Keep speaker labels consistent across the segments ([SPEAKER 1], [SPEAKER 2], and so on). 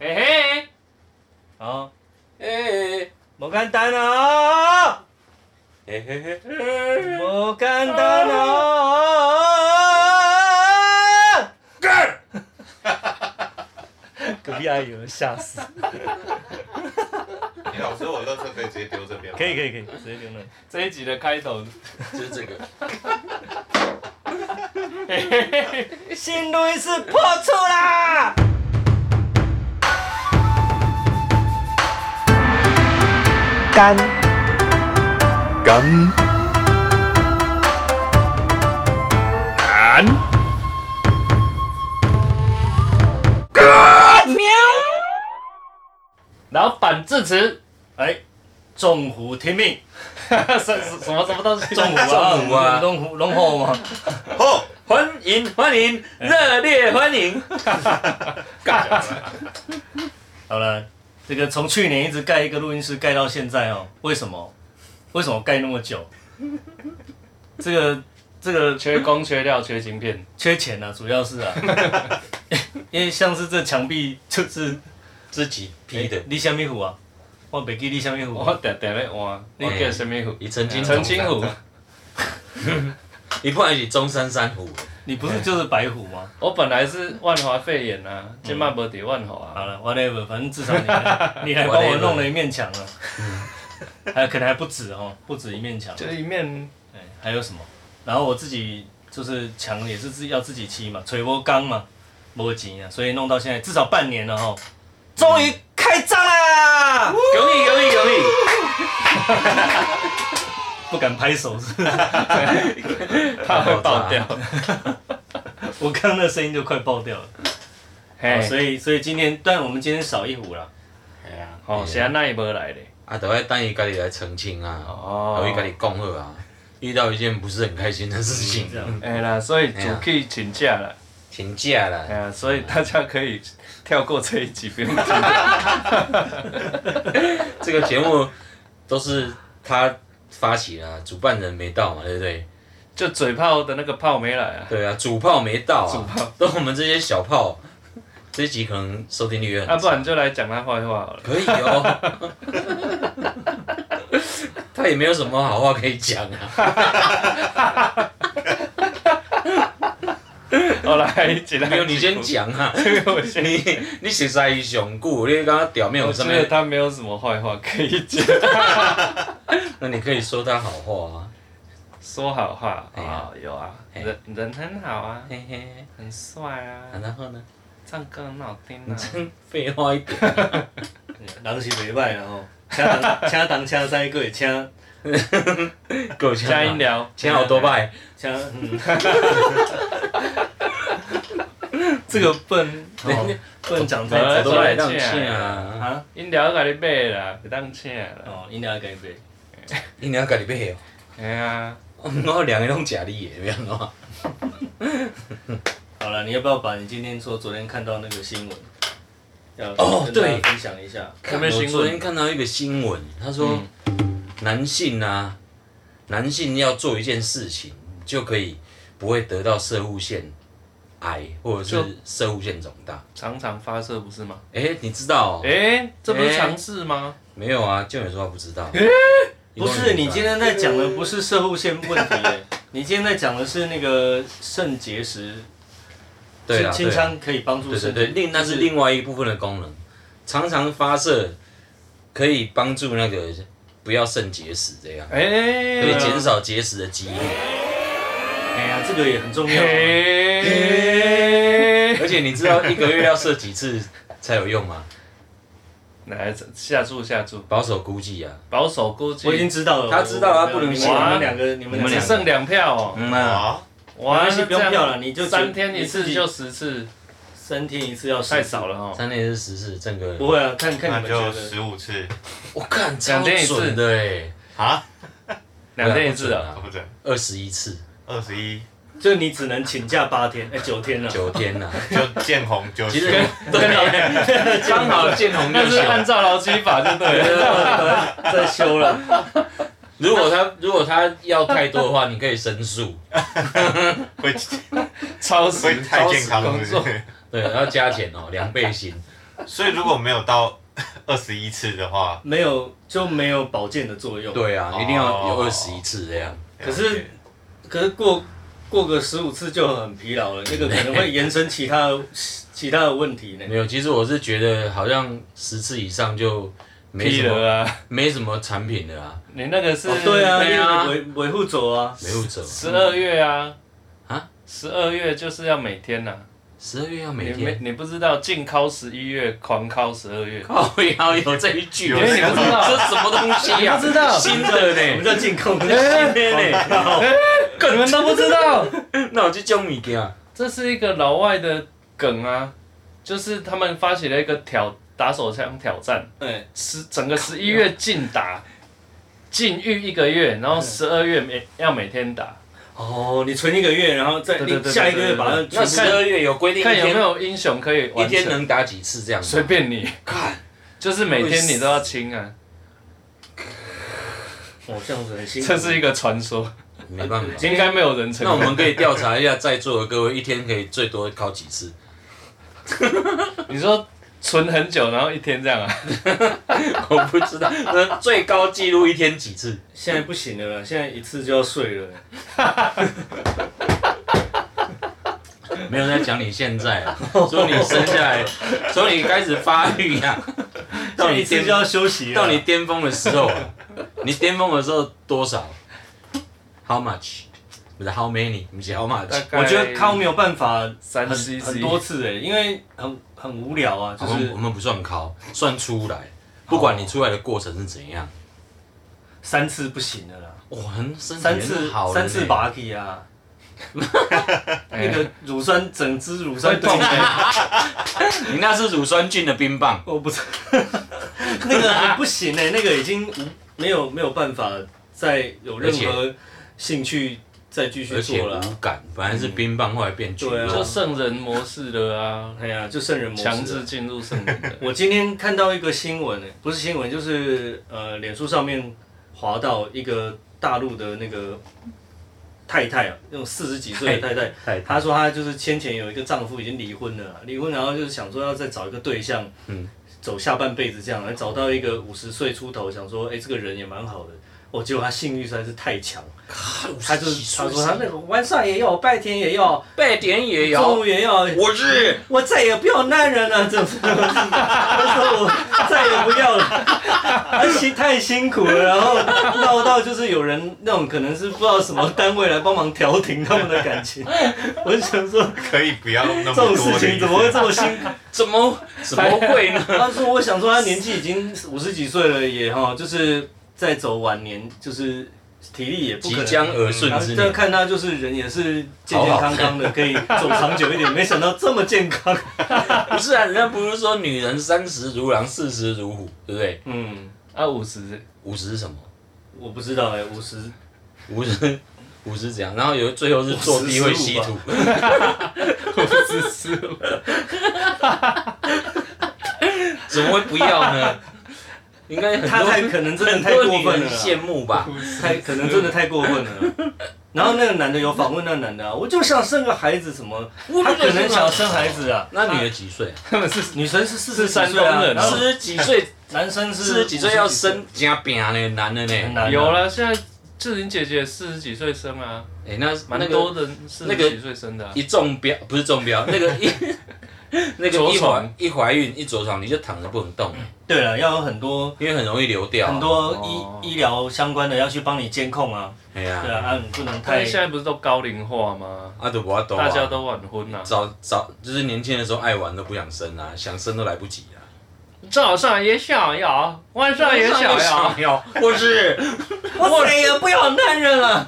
[SPEAKER 1] 嘿嘿，
[SPEAKER 2] 哦，
[SPEAKER 1] 嘿
[SPEAKER 2] 无简单啊，
[SPEAKER 1] 嘿嘿嘿，
[SPEAKER 2] 无简单啊！
[SPEAKER 1] 干！
[SPEAKER 2] 隔壁阿姨有人吓死。
[SPEAKER 3] 你老师，我乐色可以直接丢这 边吗
[SPEAKER 2] 可以可以可以，直接丢那里。
[SPEAKER 1] 这一集的开头，
[SPEAKER 3] 就是这个。
[SPEAKER 1] 嘿嘿嘿，
[SPEAKER 2] 心路一次破处啦！
[SPEAKER 4] 干
[SPEAKER 2] 干
[SPEAKER 4] 干
[SPEAKER 1] 老板致辞，
[SPEAKER 2] 哎，众虎听命，
[SPEAKER 1] 什什什么什么都 是
[SPEAKER 2] 众
[SPEAKER 1] 中午
[SPEAKER 2] 虎啊，
[SPEAKER 1] 啊，
[SPEAKER 3] 虎 啊
[SPEAKER 2] 龙虎龙虎嘛，
[SPEAKER 3] 哦，
[SPEAKER 1] 欢迎欢迎，热烈欢迎，干！
[SPEAKER 2] 好了，这个从去年一直盖一个录音室盖到现在哦，为什么？为什么盖那么久？ 这个这个
[SPEAKER 1] 缺工缺料缺芯片，
[SPEAKER 2] 缺钱啊，主要是啊， 因为像是这墙壁就是
[SPEAKER 3] 自己批的
[SPEAKER 2] 诶。你虾米虎啊？我袂记你虾米虎
[SPEAKER 1] 我
[SPEAKER 2] 啊。
[SPEAKER 1] 定定要换，我
[SPEAKER 3] 嘿
[SPEAKER 1] 叫什么虎？
[SPEAKER 3] 你曾经
[SPEAKER 1] 澄清虎，
[SPEAKER 3] 你不然是中山三虎。
[SPEAKER 2] 你不是就是白虎吗？
[SPEAKER 1] 我本来是万华肺炎啊，今麦无伫万华
[SPEAKER 2] 嗯好
[SPEAKER 1] 啊，
[SPEAKER 2] 了，whatever，反正至少你还你还帮我弄了一面墙了，还可能还不止哦，不止一面墙。
[SPEAKER 1] 这嗯一面
[SPEAKER 2] 哎，还有什么？然后我自己就是墙也是自己要自己漆嘛，锤波钢嘛，摸钱啊，所以弄到现在至少半年了哈，终于开张啦！
[SPEAKER 1] 恭喜恭喜恭喜！
[SPEAKER 2] 不敢拍手是不是，
[SPEAKER 1] 怕会爆掉。
[SPEAKER 2] 我刚刚那声音就快爆掉了。
[SPEAKER 1] 嘿，
[SPEAKER 2] 哦所
[SPEAKER 1] 哦以
[SPEAKER 2] 以所以今天，但我们今天少一壶啦。
[SPEAKER 3] 哎呀，
[SPEAKER 1] 哦，是安那伊无来咧。
[SPEAKER 3] 啊，都要等伊家己来澄清啊，
[SPEAKER 1] 哦
[SPEAKER 3] 等伊家己讲好啊。遇到一件不是很开心的事情
[SPEAKER 2] 这，样，
[SPEAKER 1] 哎啦，所以主 key 请假了，
[SPEAKER 3] 请假
[SPEAKER 1] 哎
[SPEAKER 3] 啦。
[SPEAKER 1] 呀，所以大家可以跳过这一集，不用听。
[SPEAKER 3] 这个节目都是他发起的啊，主办人没到嘛，对不对？
[SPEAKER 1] 就嘴炮的那个炮没来 啊，
[SPEAKER 3] 对啊，主炮没到
[SPEAKER 1] 主炮
[SPEAKER 3] 啊，都我们这些小炮，这一集可能收听率也很
[SPEAKER 1] 啊，
[SPEAKER 3] 低
[SPEAKER 1] 不然就来讲他坏话好了。
[SPEAKER 3] 可以哦。他也没有什么好话可以讲啊。
[SPEAKER 1] 好来一集，来
[SPEAKER 3] 没有，
[SPEAKER 1] 一集
[SPEAKER 3] 你先，讲啊。
[SPEAKER 1] 这个我先。
[SPEAKER 3] 你你实在伊上久，你刚刚表面
[SPEAKER 1] 我
[SPEAKER 3] 有
[SPEAKER 1] 觉
[SPEAKER 3] 上
[SPEAKER 1] 得
[SPEAKER 3] 面，
[SPEAKER 1] 他没有什么坏话可以讲，
[SPEAKER 3] 那你可以说他好话啊。
[SPEAKER 1] 说好话
[SPEAKER 3] 哎呀
[SPEAKER 1] 啊，有啊，
[SPEAKER 3] 哎
[SPEAKER 1] 人人很好啊，
[SPEAKER 3] 嘿嘿，
[SPEAKER 1] 很帅
[SPEAKER 3] 啊
[SPEAKER 1] 啊，
[SPEAKER 3] 然后呢？
[SPEAKER 1] 唱歌很好听
[SPEAKER 3] 你
[SPEAKER 1] 啊。
[SPEAKER 3] 真废话一点。
[SPEAKER 2] 人是袂歹啦吼，请人请人请西个会请
[SPEAKER 3] 够
[SPEAKER 1] 加音，聊，
[SPEAKER 3] 请啊好多拜。
[SPEAKER 2] 请， 嗯，这个不能 哦不能讲太
[SPEAKER 3] 好
[SPEAKER 2] 早
[SPEAKER 3] 多
[SPEAKER 2] 都
[SPEAKER 3] 拜
[SPEAKER 2] 来
[SPEAKER 3] 让
[SPEAKER 1] 请
[SPEAKER 3] 请啊，
[SPEAKER 2] 啊，
[SPEAKER 1] 音聊甲你买啦，袂当请啦。
[SPEAKER 2] 哦，饮料给杯，
[SPEAKER 3] 你娘家己买哦。
[SPEAKER 1] 哎呀，
[SPEAKER 3] 我两个拢假你的，安怎？
[SPEAKER 2] 好了，你要不要把你今天说昨天看到那个新闻，要
[SPEAKER 3] 哦
[SPEAKER 2] 跟大家
[SPEAKER 3] 对
[SPEAKER 2] 分享一下？
[SPEAKER 1] 有
[SPEAKER 3] 看
[SPEAKER 1] 没有新
[SPEAKER 3] 我
[SPEAKER 1] 闻
[SPEAKER 3] 昨天看到一个新闻，他说男性啊，男性要做一件事情就可以不会得到射护腺癌或者
[SPEAKER 1] 就是
[SPEAKER 3] 射护腺肿大。
[SPEAKER 1] 常常发射不是吗？
[SPEAKER 3] 哎、你知道、哦？
[SPEAKER 1] 哎、这不是
[SPEAKER 3] 哎
[SPEAKER 1] 尝试吗？
[SPEAKER 3] 没有啊，就你说他不知道。
[SPEAKER 2] 不是，你今天在讲的不是射护腺问题 耶，你今天在讲的是那个肾结石，
[SPEAKER 3] 对啊，
[SPEAKER 2] 清清
[SPEAKER 3] 对啊
[SPEAKER 2] 腔可以帮助
[SPEAKER 3] 对对
[SPEAKER 2] 肾，
[SPEAKER 3] 对，另那是另外一部分的功能，常常发射可以帮助那个不要肾结石这样，
[SPEAKER 1] 哎、
[SPEAKER 3] 可以减少结石的几率。
[SPEAKER 2] 哎呀，这个也很重要啊。
[SPEAKER 1] 嘿
[SPEAKER 3] 而且你知道一个月要射几次才有用吗？
[SPEAKER 1] 来下注下注，
[SPEAKER 3] 保守估计啊，
[SPEAKER 1] 保守估计
[SPEAKER 2] 我已经知道了，
[SPEAKER 3] 他知道
[SPEAKER 2] 我
[SPEAKER 3] 他不能
[SPEAKER 2] 你
[SPEAKER 3] 信
[SPEAKER 2] 们你
[SPEAKER 1] 哇
[SPEAKER 2] 们两个，你们
[SPEAKER 3] 你们
[SPEAKER 1] 只
[SPEAKER 2] 两
[SPEAKER 3] 两
[SPEAKER 2] 个
[SPEAKER 3] 个
[SPEAKER 1] 剩两票哦。
[SPEAKER 3] 嗯啊，
[SPEAKER 2] 没
[SPEAKER 1] 哇，
[SPEAKER 2] 关系
[SPEAKER 1] 那
[SPEAKER 2] 不用
[SPEAKER 1] 这样
[SPEAKER 2] 票了你就
[SPEAKER 1] 三
[SPEAKER 2] 决
[SPEAKER 1] 天一
[SPEAKER 2] 你自
[SPEAKER 1] 次
[SPEAKER 2] 己
[SPEAKER 1] 就十次，
[SPEAKER 2] 三天一次要
[SPEAKER 1] 太少
[SPEAKER 2] 了，
[SPEAKER 1] 了哦。
[SPEAKER 3] 三天是十次，正个
[SPEAKER 2] 不会啊，看看
[SPEAKER 5] 那
[SPEAKER 2] 你们觉
[SPEAKER 5] 就
[SPEAKER 2] 得。
[SPEAKER 5] 十五次
[SPEAKER 3] 我看
[SPEAKER 1] 两
[SPEAKER 3] 超
[SPEAKER 1] 天一次
[SPEAKER 3] 准的哎，
[SPEAKER 5] 啊，
[SPEAKER 1] 两天一次啊。
[SPEAKER 5] 哦
[SPEAKER 3] 啊，
[SPEAKER 5] 不对，
[SPEAKER 3] 二十一次，
[SPEAKER 5] 二十一
[SPEAKER 2] 就你只能请假八天，哎，九天了。
[SPEAKER 3] 九天呐，
[SPEAKER 5] 就见红就
[SPEAKER 3] 其实
[SPEAKER 5] 休
[SPEAKER 1] 啊
[SPEAKER 3] 对， 刚好见红
[SPEAKER 1] 那
[SPEAKER 3] 就是休。
[SPEAKER 1] 按照劳基法就对了。
[SPEAKER 2] 在休了，
[SPEAKER 3] 如果他如果他要太多的话，你可以申诉，
[SPEAKER 5] 会
[SPEAKER 1] 超时
[SPEAKER 5] 会太健康
[SPEAKER 1] 超时工
[SPEAKER 5] 了，是不
[SPEAKER 1] 作，
[SPEAKER 5] 是？
[SPEAKER 3] 对，要加钱哦，两倍薪。
[SPEAKER 5] 所以如果没有到二十一次的话，
[SPEAKER 2] 没有就没有保健的作用。，
[SPEAKER 3] 对啊，一定要有
[SPEAKER 5] 哦
[SPEAKER 3] 二十一次这样。
[SPEAKER 2] 可是可是过过个十五次就很疲劳了，那个可能会延伸其他的其他的问题呢。
[SPEAKER 3] 没有，其实我是觉得好像十次以上就没
[SPEAKER 1] 屁
[SPEAKER 3] 什么
[SPEAKER 1] 了啊！
[SPEAKER 3] 没什么产品了啊，
[SPEAKER 1] 你那个是
[SPEAKER 2] 哦对啊，
[SPEAKER 3] 对啊
[SPEAKER 2] 因为维维护走啊，
[SPEAKER 3] 没有走。
[SPEAKER 1] 十二月啊
[SPEAKER 3] 啊，
[SPEAKER 1] 十二月就是要每天呐、
[SPEAKER 3] 十二月要
[SPEAKER 1] 你
[SPEAKER 3] 每
[SPEAKER 1] 没
[SPEAKER 3] 天，
[SPEAKER 1] 你不知道，净靠十一月，狂靠十二月。
[SPEAKER 3] 靠腰有这一句，啊
[SPEAKER 5] 有这
[SPEAKER 1] 个
[SPEAKER 3] 这这什么东西啊
[SPEAKER 1] 你
[SPEAKER 3] 呀？
[SPEAKER 1] 不知 道
[SPEAKER 3] 新的
[SPEAKER 2] 我们
[SPEAKER 3] 呢？
[SPEAKER 2] 叫进口，我们叫新天呢。
[SPEAKER 1] 你们都不知道，
[SPEAKER 3] 那我去叫物件啊。
[SPEAKER 1] 这是一个老外的梗啊，就是他们发起了一个挑打手枪挑战，
[SPEAKER 2] 哎，
[SPEAKER 1] 十整个十一月禁打，禁欲一个月，然后十二月每要每天打，
[SPEAKER 2] 哦，你存一个月，然后再
[SPEAKER 1] 对对对对
[SPEAKER 2] 下一个月
[SPEAKER 1] 对对
[SPEAKER 2] 把它
[SPEAKER 1] 对
[SPEAKER 3] 那
[SPEAKER 2] 全
[SPEAKER 3] 十
[SPEAKER 2] 部
[SPEAKER 3] 二月有规定一
[SPEAKER 1] 看有没
[SPEAKER 3] 天
[SPEAKER 1] 有英雄可以
[SPEAKER 3] 一
[SPEAKER 1] 完
[SPEAKER 3] 天
[SPEAKER 1] 成，
[SPEAKER 3] 能打几次这样
[SPEAKER 1] 随
[SPEAKER 3] 子？
[SPEAKER 1] 便你，
[SPEAKER 3] 看，
[SPEAKER 1] 就是每天你都要清啊，
[SPEAKER 2] 哦，这样子很辛苦。
[SPEAKER 1] 这是一个传说，
[SPEAKER 3] 没办法。
[SPEAKER 1] 应该没有人成
[SPEAKER 3] 那我
[SPEAKER 1] 功。
[SPEAKER 3] 们可以调查一下在座的各位，一天可以最多考几 次？
[SPEAKER 1] 你说存很久，然后一天这样啊？
[SPEAKER 3] 我不知道，那最高纪录一天几次？
[SPEAKER 2] 现在不行了啦，现在一次就要睡了。
[SPEAKER 3] 没有在讲你现在啊，说你生下 来，从你开始发育啊， 到
[SPEAKER 2] 到
[SPEAKER 3] 你
[SPEAKER 2] 一次
[SPEAKER 3] 巅
[SPEAKER 2] 就要休息了。
[SPEAKER 3] 到你巅峰的时候啊，你巅峰的时候多少？How much？不是 How many？不是 How much？
[SPEAKER 1] 大概
[SPEAKER 2] 我觉得靠没有办法很
[SPEAKER 1] 三 C
[SPEAKER 2] 很多次哎、因为很很无聊啊，就
[SPEAKER 3] 我们
[SPEAKER 2] 是
[SPEAKER 3] 我们不算考，算出来，不管你出来的过程是怎样，
[SPEAKER 2] 三次不行了啦，
[SPEAKER 3] 哇，很身体
[SPEAKER 2] 三次
[SPEAKER 3] 很好了
[SPEAKER 2] 三
[SPEAKER 3] 呢
[SPEAKER 2] 次拔起啊，
[SPEAKER 1] 哎
[SPEAKER 2] 那个乳酸整只乳 酸痛哎、
[SPEAKER 3] 你那是乳酸菌的冰棒，
[SPEAKER 2] 我不是 那个很不行哎、那个已经无没有没有办法再有任何兴趣再继续
[SPEAKER 3] 而且
[SPEAKER 2] 做了啊、
[SPEAKER 3] 无感，本来是冰棒，后来变菌
[SPEAKER 2] 对啊
[SPEAKER 1] 就
[SPEAKER 3] 肉。
[SPEAKER 1] 圣人模式了啊，
[SPEAKER 2] 哎呀，就 圣人模式啊
[SPEAKER 1] 强制进入圣人 的。
[SPEAKER 2] 我今天看到一个新闻，欸不是新闻，就是呃，脸书上面滑到一个大陆的那个太太啊，那种四十几岁的太太，
[SPEAKER 3] 太
[SPEAKER 2] 她说她就是先前有一个丈夫已经离婚了啊，离婚然后就是想说要再找一个对象，
[SPEAKER 3] 嗯
[SPEAKER 2] 走下半辈子这样，来找到一个五十岁出头，想说哎、这个人也蛮好的，哦，结果她性欲实在是太强，她就是她说她那个晚上也要，白天也要，
[SPEAKER 3] 八点也
[SPEAKER 2] 中
[SPEAKER 3] 有
[SPEAKER 2] 午，也要，
[SPEAKER 3] 我是
[SPEAKER 2] 我再也不要男人了， 这我说我再也不要了，他辛太辛苦了，然后闹到就是有人那种可能是不知道什么单位来帮忙调停他们的感情，我就想说
[SPEAKER 5] 可以不要那么
[SPEAKER 2] 这种
[SPEAKER 5] 多的
[SPEAKER 2] 事情怎么会这么辛苦？
[SPEAKER 3] 怎么怎么会呢？
[SPEAKER 2] 他说我想说他年纪已经五十几岁了也哈，就是在走晚年，就是体力也不可
[SPEAKER 3] 即
[SPEAKER 2] 能
[SPEAKER 3] 将而顺
[SPEAKER 2] 然后
[SPEAKER 3] 之
[SPEAKER 2] 这
[SPEAKER 3] 年，
[SPEAKER 2] 看他就是人也是健健康康的，可以走长久一点，没想到这么健 康，
[SPEAKER 3] 不是啊？人家不是说女人三十如狼，四十如虎，对不对？
[SPEAKER 2] 嗯。
[SPEAKER 1] 啊，五十
[SPEAKER 3] 五十是什么？
[SPEAKER 2] 我不知道哎、五十
[SPEAKER 3] 五十 五十怎样？然后有最后是坐地会吸土，
[SPEAKER 1] 四十，
[SPEAKER 3] 怎么会不要呢？应该很
[SPEAKER 2] 他
[SPEAKER 3] 多
[SPEAKER 2] 太可能真的太过
[SPEAKER 3] 很多
[SPEAKER 2] 分
[SPEAKER 3] 女
[SPEAKER 2] 了
[SPEAKER 3] 人
[SPEAKER 2] 啦，
[SPEAKER 3] 羡慕吧？
[SPEAKER 2] 太可能真的太过分了。然后那个男的有访问那个男的、啊，我就想生个孩子什么，他可能想生孩子啊。
[SPEAKER 3] 那女的几岁啊？
[SPEAKER 1] 他们是
[SPEAKER 2] 女生是四十
[SPEAKER 1] 是山
[SPEAKER 2] 几岁啊
[SPEAKER 1] 东人啊
[SPEAKER 2] 然后
[SPEAKER 3] 四十几岁，
[SPEAKER 2] 男生是
[SPEAKER 3] 四十几岁要生加饼呢，男的呢？
[SPEAKER 2] 很
[SPEAKER 3] 哎、
[SPEAKER 2] 难啊
[SPEAKER 1] 有了，现在志玲姐姐四十几岁生啊，
[SPEAKER 3] 哎那
[SPEAKER 1] 蛮
[SPEAKER 3] 那
[SPEAKER 1] 多
[SPEAKER 3] 个
[SPEAKER 1] 人四
[SPEAKER 3] 那
[SPEAKER 1] 十
[SPEAKER 3] 个
[SPEAKER 1] 几岁生的啊。
[SPEAKER 3] 一中标不是中标，那个一那个
[SPEAKER 1] 着
[SPEAKER 3] 一
[SPEAKER 1] 床
[SPEAKER 3] 怀一怀孕一着床你就躺着不能动，
[SPEAKER 2] 对了，要有很多
[SPEAKER 3] 因为很容易流掉啊、
[SPEAKER 2] 很多医、
[SPEAKER 1] 哦
[SPEAKER 2] 医疗相关的要去帮你监控啊。
[SPEAKER 3] 哎呀、
[SPEAKER 2] 对啊，啊你不能
[SPEAKER 1] 但
[SPEAKER 2] 太
[SPEAKER 1] 是现在不是都高龄化吗？
[SPEAKER 3] 啊都不要懂啊，
[SPEAKER 1] 大家都晚婚啊。
[SPEAKER 3] 早早就是年轻的时候爱玩都不想生啊，想生都来不及啊。
[SPEAKER 1] 早上也想要，晚上啊也想要，
[SPEAKER 3] 要，我是
[SPEAKER 2] 我再也不要男人 了，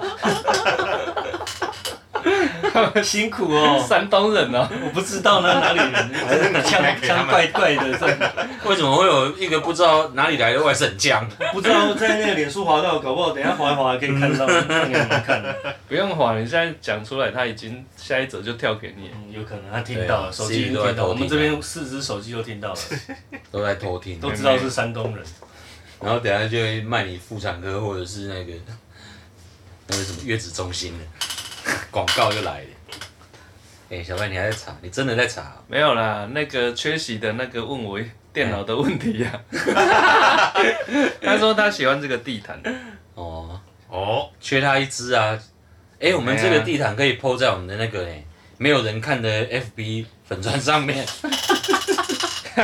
[SPEAKER 2] 辛苦哦。
[SPEAKER 1] 山东人啊，
[SPEAKER 2] 我不知道那哪里人，腔腔怪怪的，这样
[SPEAKER 3] 为什么会有一个不知道哪里来的外省腔？
[SPEAKER 2] 不知道在那个脸书滑到，搞不好等一下滑一滑可以看到，看你有没有看的，
[SPEAKER 1] 不用慌，你现在讲出来，他已经下一则就跳给你。
[SPEAKER 2] 嗯，有可能他听到了，
[SPEAKER 3] 对
[SPEAKER 2] 手机已经
[SPEAKER 3] 自己都在
[SPEAKER 2] 听到，
[SPEAKER 3] 偷听啊
[SPEAKER 2] 我们这边四只手机都听到了，
[SPEAKER 3] 都在偷听，
[SPEAKER 2] 都知道是山东人，
[SPEAKER 3] 然后等下就会卖你妇产科或者是那个那个什么月子中心的广告就来了。 哎、小白，你还在查？你真的在查哦、
[SPEAKER 1] 没有啦，那个缺席的那个问我电脑的问 题呀、他说他喜欢这个地毯，
[SPEAKER 3] 哦，
[SPEAKER 5] 哦，
[SPEAKER 3] 缺他一只啊！哎、我们
[SPEAKER 1] 哎呀
[SPEAKER 3] 这个地毯可以铺在我们的那个哎、没有人看的 FB 粉砖上面，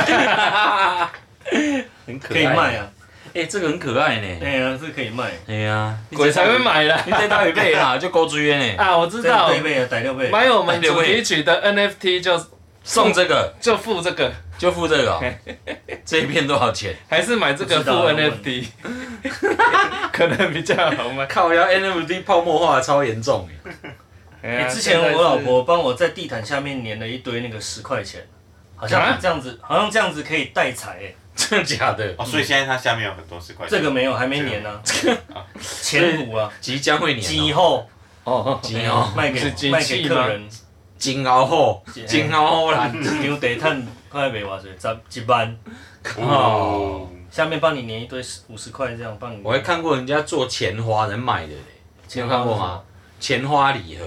[SPEAKER 3] 很 可爱。
[SPEAKER 2] 可以卖！啊，
[SPEAKER 3] 哎、这个很可爱呢。
[SPEAKER 2] 对啊，是可以卖。
[SPEAKER 3] 哎呀，
[SPEAKER 1] 鬼才会买啦
[SPEAKER 3] 你！再搭一倍啊，就勾追呢。
[SPEAKER 1] 啊，我知道
[SPEAKER 2] 对，倍啊，逮六 倍。
[SPEAKER 1] 买我们主题曲的 NFT 就
[SPEAKER 3] 送这个
[SPEAKER 1] 就付这个，
[SPEAKER 3] 就付这个哦、 这一片多少钱？
[SPEAKER 1] 还是买这个
[SPEAKER 2] 不
[SPEAKER 1] 付
[SPEAKER 2] 知道我问
[SPEAKER 1] NFT，可 能比较好卖。
[SPEAKER 3] 靠，要 NFT 泡沫化超严重哎。
[SPEAKER 1] 哎
[SPEAKER 2] 欸
[SPEAKER 1] 呀
[SPEAKER 2] 之前我老婆帮我在地毯下面粘了一堆那个十块钱，好
[SPEAKER 1] 啊
[SPEAKER 2] 像这样子，好像这样子可以带财欸。
[SPEAKER 3] 真的假的？
[SPEAKER 5] 哦，所以现在它下面有很多十块钱。
[SPEAKER 2] 这个没有，还没粘 呢。前五啊，
[SPEAKER 3] 即将会年、
[SPEAKER 2] 鸡
[SPEAKER 3] 哦，
[SPEAKER 2] 后
[SPEAKER 1] 哦，
[SPEAKER 3] 今哦，
[SPEAKER 2] 卖
[SPEAKER 1] 是
[SPEAKER 2] 给
[SPEAKER 1] 机器
[SPEAKER 2] 卖给客人，
[SPEAKER 3] 今后后，今后后啦。
[SPEAKER 2] 一张地毯快卖偌济，十一万，
[SPEAKER 5] 哦，
[SPEAKER 2] 下面帮你粘一堆五十块这样帮你。
[SPEAKER 3] 我还看过人家做钱花人买的嘞，你有看过吗？钱花礼盒，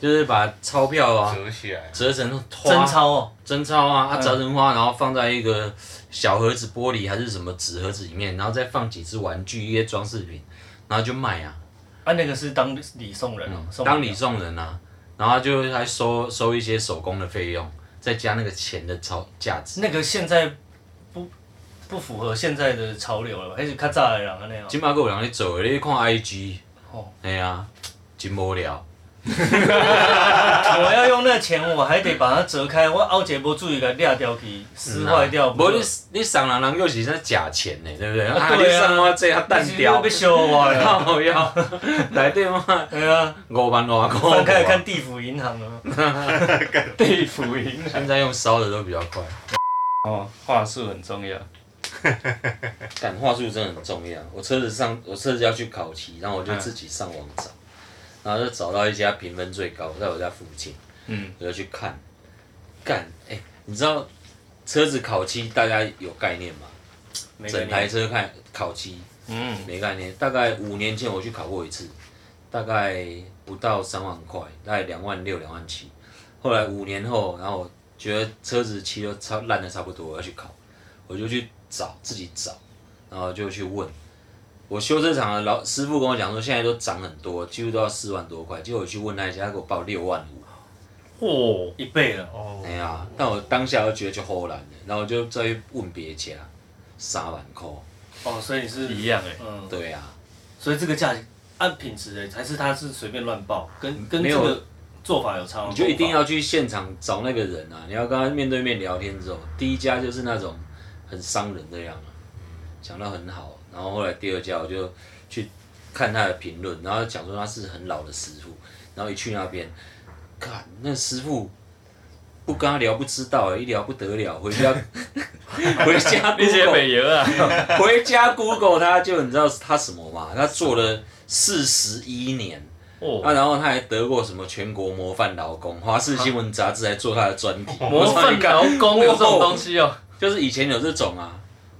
[SPEAKER 3] 就是把钞票啊
[SPEAKER 5] 折起来，
[SPEAKER 3] 折成花
[SPEAKER 2] 真钞哦，
[SPEAKER 3] 真钞啊，啊
[SPEAKER 1] 嗯
[SPEAKER 3] 折成花，然后放在一个小盒子玻璃还是什么纸盒子里面，然后再放几只玩具一些装饰品，然后就卖啊，
[SPEAKER 2] 啊那个是当礼送人哦
[SPEAKER 3] 嗯，
[SPEAKER 2] 送人
[SPEAKER 3] 当礼送人啊，然后就还收收一些手工的费用，再加那个钱的超价值。
[SPEAKER 2] 那个现在不不符合现在的潮流了吧，还是较早的人安尼哦。
[SPEAKER 3] 今摆还有人咧做的，你去看 IG，
[SPEAKER 2] 哦
[SPEAKER 3] 哎呀，真无聊。
[SPEAKER 2] 我要用那钱，我还得把它折开，我凹姐不注意给掉掉去，撕坏掉。
[SPEAKER 3] 无你你送人人又是那假钱呢，对不对？
[SPEAKER 2] 啊
[SPEAKER 3] 啊，你
[SPEAKER 2] 对啊
[SPEAKER 3] 送我这下蛋哦雕
[SPEAKER 2] 被，修我 呀！
[SPEAKER 3] 靠 要来电话
[SPEAKER 2] 对啊，
[SPEAKER 3] 五万外
[SPEAKER 2] 我
[SPEAKER 3] 块
[SPEAKER 2] 们。开始看地府银行啊了。
[SPEAKER 1] 地府银
[SPEAKER 3] 现在用烧的都比较快，
[SPEAKER 1] 哦，话术很重要。
[SPEAKER 3] 感话术真的很重要。我车子上，我车子要去考期，然后
[SPEAKER 1] 嗯
[SPEAKER 3] 我就自己上网找，然后就找到一家评分最高，在我家附近，
[SPEAKER 1] 嗯，
[SPEAKER 3] 我就去看。干，哎，你知道车子烤漆大家有概念吗？整台车看烤漆，
[SPEAKER 1] 嗯，
[SPEAKER 3] 没概念。大概五年前我去考过一次，大概不到三万块，大概两万六、两万七。后来五年后，然后我觉得车子漆都差烂的差不多，我要去考，我就去找自己找，然后就去问。我修车厂的老师傅跟我讲说，现在都涨很多，几乎都要四万多块。结果我去问那一家，他给我报六万五。
[SPEAKER 2] 嚯，一倍了，
[SPEAKER 5] 哦
[SPEAKER 3] 哎，呀，但我当下就觉得就齁然了，然后我就再去问别家，三万块。
[SPEAKER 2] 哦，所以是
[SPEAKER 1] 一，样哎、
[SPEAKER 2] 嗯，
[SPEAKER 3] 对啊呀、
[SPEAKER 2] 所以这个价按品质的，还是他是随便乱报，跟跟
[SPEAKER 3] 嗯没
[SPEAKER 2] 这
[SPEAKER 3] 有
[SPEAKER 2] 个做法有差吗？
[SPEAKER 3] 你就一定要去现场找那个人啊！你要跟他面对面聊天之后，第一家就是那种很伤人的样啊，讲到很好，然后后来第二家我就去看他的评论，然后讲说他是很老的师傅，然后一去那边，看那师傅不跟他聊不知道、欸一聊不得了，回家回家
[SPEAKER 1] 你写
[SPEAKER 3] Google
[SPEAKER 1] 美油啊，
[SPEAKER 3] 回家 Google 他就你知道他什么嘛？他做了四十一年。啊，
[SPEAKER 1] 哦，
[SPEAKER 3] 然后他还得过什么全国模范劳工，《华视新闻杂志》还做他的专题。
[SPEAKER 1] 啊模范劳工有这种东西哦，
[SPEAKER 3] 就是以前有这种啊，